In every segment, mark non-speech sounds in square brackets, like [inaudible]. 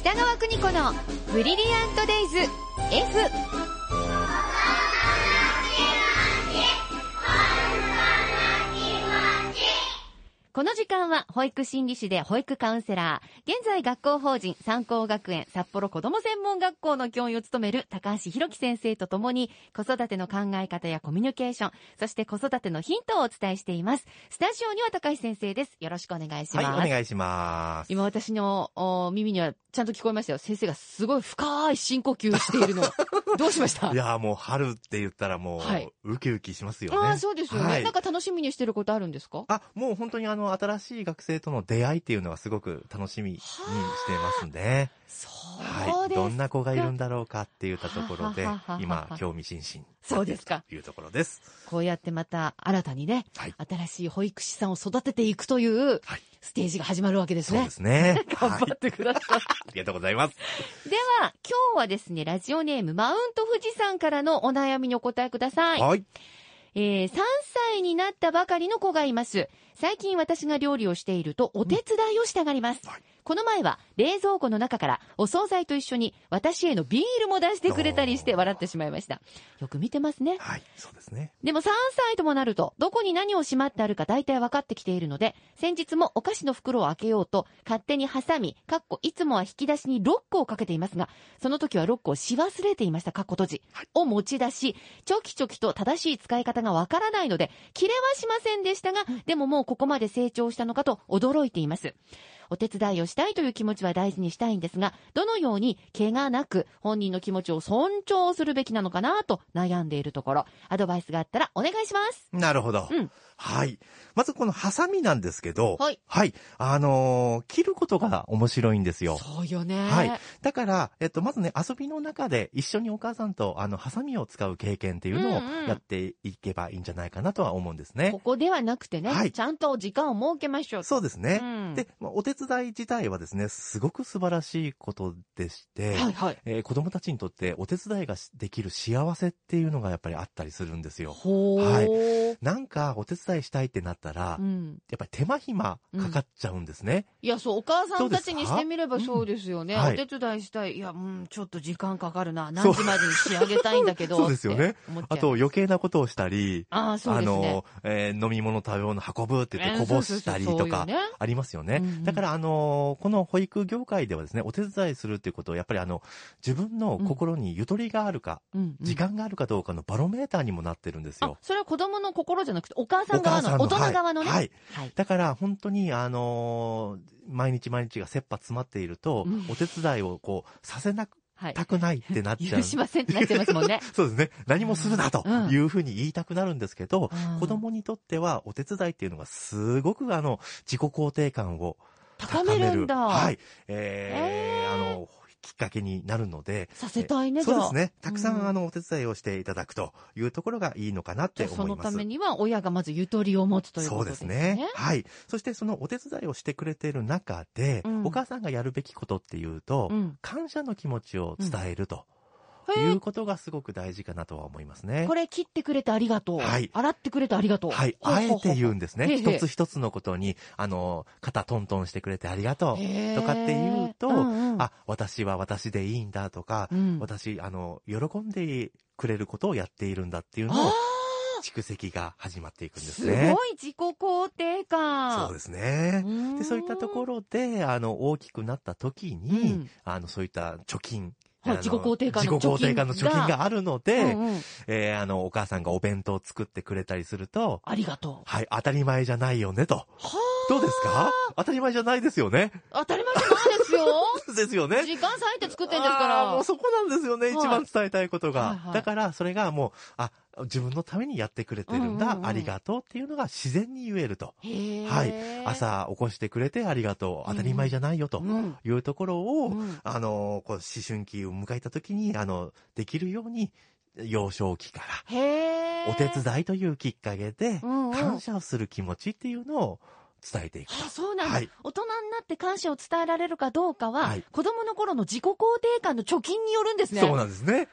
北川邦子のブリリアントデイズ F この時間は保育心理士で保育カウンセラー、現在学校法人三高学園札幌子ども専門学校の教員を務める高橋博樹先生とともに子育ての考え方やコミュニケーション、そして子育てのヒントをお伝えしています。スタジオには高橋先生です。よろしくお願いしまはい、す。お願いします。今私のお耳にはちゃんと聞こえましたよ。先生がすごい深い深呼吸して [laughs] いるの。どうしましたいやーもう春って言ったらもう、はいウキウキしますよね。ああ、そうですよね、はいなんか楽しみにしてることあるんですかあ、もう本当にあの、新しい学生との出会いっていうのはすごく楽しみにしてますね。そはうい。です。どんな子がいるんだろうかって言ったところ [laughs] でははははは、今、興味津々。そうですか。というところです。こうやってまた新たにね、はい。新しい保育士さんを育てていくというはいステージが始まるわけですそうねで。すね。 [laughs] 頑はい。張あってください。りがとうございます。では、今日はですね、ラジオネーム、マウント富士山からのお悩みにお答えください。はい。えー、3歳になったばかりの子がいます。最近私が料理をしているとお手伝いをしたがります。うんはいこの前は冷蔵庫の中からお惣菜と一緒に私へのビールも出してくれたりして笑ってしまいました。よく見てますね。はい。そうですね。でも3歳ともなると、どこに何をしまってあるか大体分かってきているので、先日もお菓子の袋を開けようと、勝手にハサミ、かっこいつもは引き出しにロックをかけていますが、その時はロックをし忘れていました、かっこ閉じ、を持ち出し、ちょきちょきと正しい使い方が分からないので、切れはしませんでしたが、でももうここまで成長したのかと驚いています。お手伝いをしたいという気持ちは大事にしたいんですが、どのように怪我なく本人の気持ちを尊重するべきなのかなと悩んでいるところ、アドバイスがあったらお願いします。なるほど。うんはい。まずこのハサミなんですけど、はい。あのー切ることが面白いんですよ。そうよね。はい。だから、えっと、まずね、遊びの中で一緒にお母さんと、あの、ハサミを使う経験っていうのをうんうんやっていけばいいんじゃないかなとは思うんですね。ここではなくてね、はいちゃんと時間を設けましょう。そうですね。うんで、まあお手伝い自体はですね、すごく素晴らしいことでして、はいはい。えー子供たちにとってお手伝いがしできる幸せっていうのがやっぱりあったりするんですよ。ほー。はいなんかお手伝いしたいってなったら、うん、やっぱり手間暇かかっちゃうんですね。いや、そう、お母さんたちどうでにすかしてみればそうですよね。うんはいお手伝いしたい。いや、うん、ちょっと時間かかるな。そ何う時までに仕上げたいんだけど。そうですよねって思っちゃう。あと余計なことをしたり、ああ、そうあですね。の、えー飲み物食べ物運ぶって言ってこぼしたりえーそとうそうそうかそうよね、ありますよね。うんうんだから、あのーこの保育業界ではですね、お手伝いするっていうことを、やっぱりあの、自分の心にゆとりがあるか、うんうん時間があるかどうかのバロメーターにもなってるんですあよ、。それは子供の心じゃなくて、お母さん側の、お大母さんの人側のね。はいはいはいだから、本当に、あのー毎日毎日が切羽詰まっていると、うんお手伝いをこう、させなく、はい。たくないってなっちゃう。許しませんってなっちゃいますもんね。そうですね。何もするなとうんいうふうに言いたくなるんですけど、うん [laughs] 子供にとってはお手伝いっていうのがすごくあの、自己肯定感を高めるんだ。はい。えーあの、きっかけになるので、させたいね、じそゃうあ。ですね。たくさうんんあの、お手伝いをしていただくというところがいいのかなっじてゃあそ思いのまたすめ。には、親がまずゆとりを持つというこそとうでですすね。ね。はい。そしてそのお手伝いをしてくれている中で、うんお母さんがやるべきことっていうと、うん。感謝の気持ちを伝えるといへうえ、ことがすごく大事かなとは思いますね。これ切ってくれてありがとう。はい洗ってくれてありがとう。はい。ほうあほえうほうて言うんですへえね。へえ一つ一つのことに、あの、肩トントンしてくれてありがとへえう。とかって言うと、んうんあ、私は私でいいんだとか、うん私、あの、喜んでくれることをやっているんだっていうのあを、蓄積が始まっていくーんですすね。ごい自己肯定感。そうですうね。ーんで、そういったところで、あの、大きくなった時に、うんあの、そういった貯金、はいあの自己肯定感の貯金自己肯定感の貯金があるので、うんうんえーあの、お母さんがお弁当を作ってくれたりすると、ありがとう。はい、当たり前じゃないよね、と。はどうですか当たり前じゃないですよね。 [laughs] あ、当たり前じゃないですよ。ですよ [laughs] ね。時間割いて作ってんですかあーもうら。そこなんですよね、はい一番伝えたいことが。はいはいだから、それがもう、あ、自分のためにやってくれてるんだ、うんうんうんありがとうっていうのが自然に言えると。へえはい。、朝起こしてくれてありがとう、当たり前じゃないよとうんいうところを、うんあの、こう思春期を迎えた時に、あの、できるように、幼少期から、へえ。お手伝いというきっかけで、うんうん感謝をする気持ちっていうのを伝えていくと。あそうなんだ、はい大人になって感謝を伝えられるかどうかは、はい子供の頃の自己肯定感の貯金によるんですね。そうなんですね。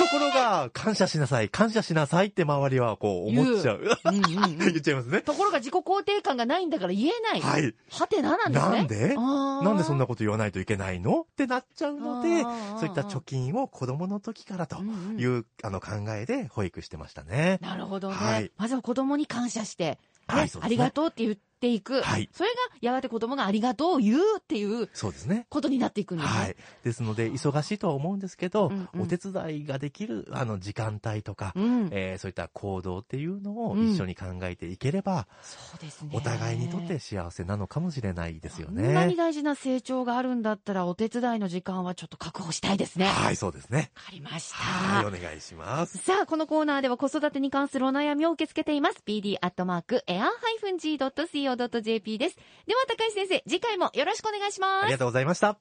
ところが、感謝しなさい、感謝しなさいって周りはこう思っちゃう。うんうんう言っん。ちゃいますね。ところが自己肯定感がないんだから言えない。は。い。てななんですね。なんであーなんでそんなこと言わないといけないのってなっちゃうので、そういった貯期金を子供の時からという、あの考えで保育してましたね。なるほどね。はいまずは子供に感謝して、ねはい、そうですね。ありがとうって言っていく。はいそれがやがて子供がありがとうを言うっていうそうですね。ことになっていくんですね。はい。ですので、忙しいとは思うんですけど、うんうんお手伝いができる、あの、時間帯とか、うん、えーそういった行動っていうのをうん一緒に考えていければ、そうですね。お互いにとって幸せなのかもしれないですよこんなにね。大事な成長があるんだったら、お手伝いの時間はちょっと確保したいですね。わはい、そうですね。かりました。はい、お願いします。さあ、このコーナーでは子育てに関するお悩みを受け付けています。pd.air-g.co.jp です。では、高橋先生、次回もよろしくお願いしますあり。がとうございました。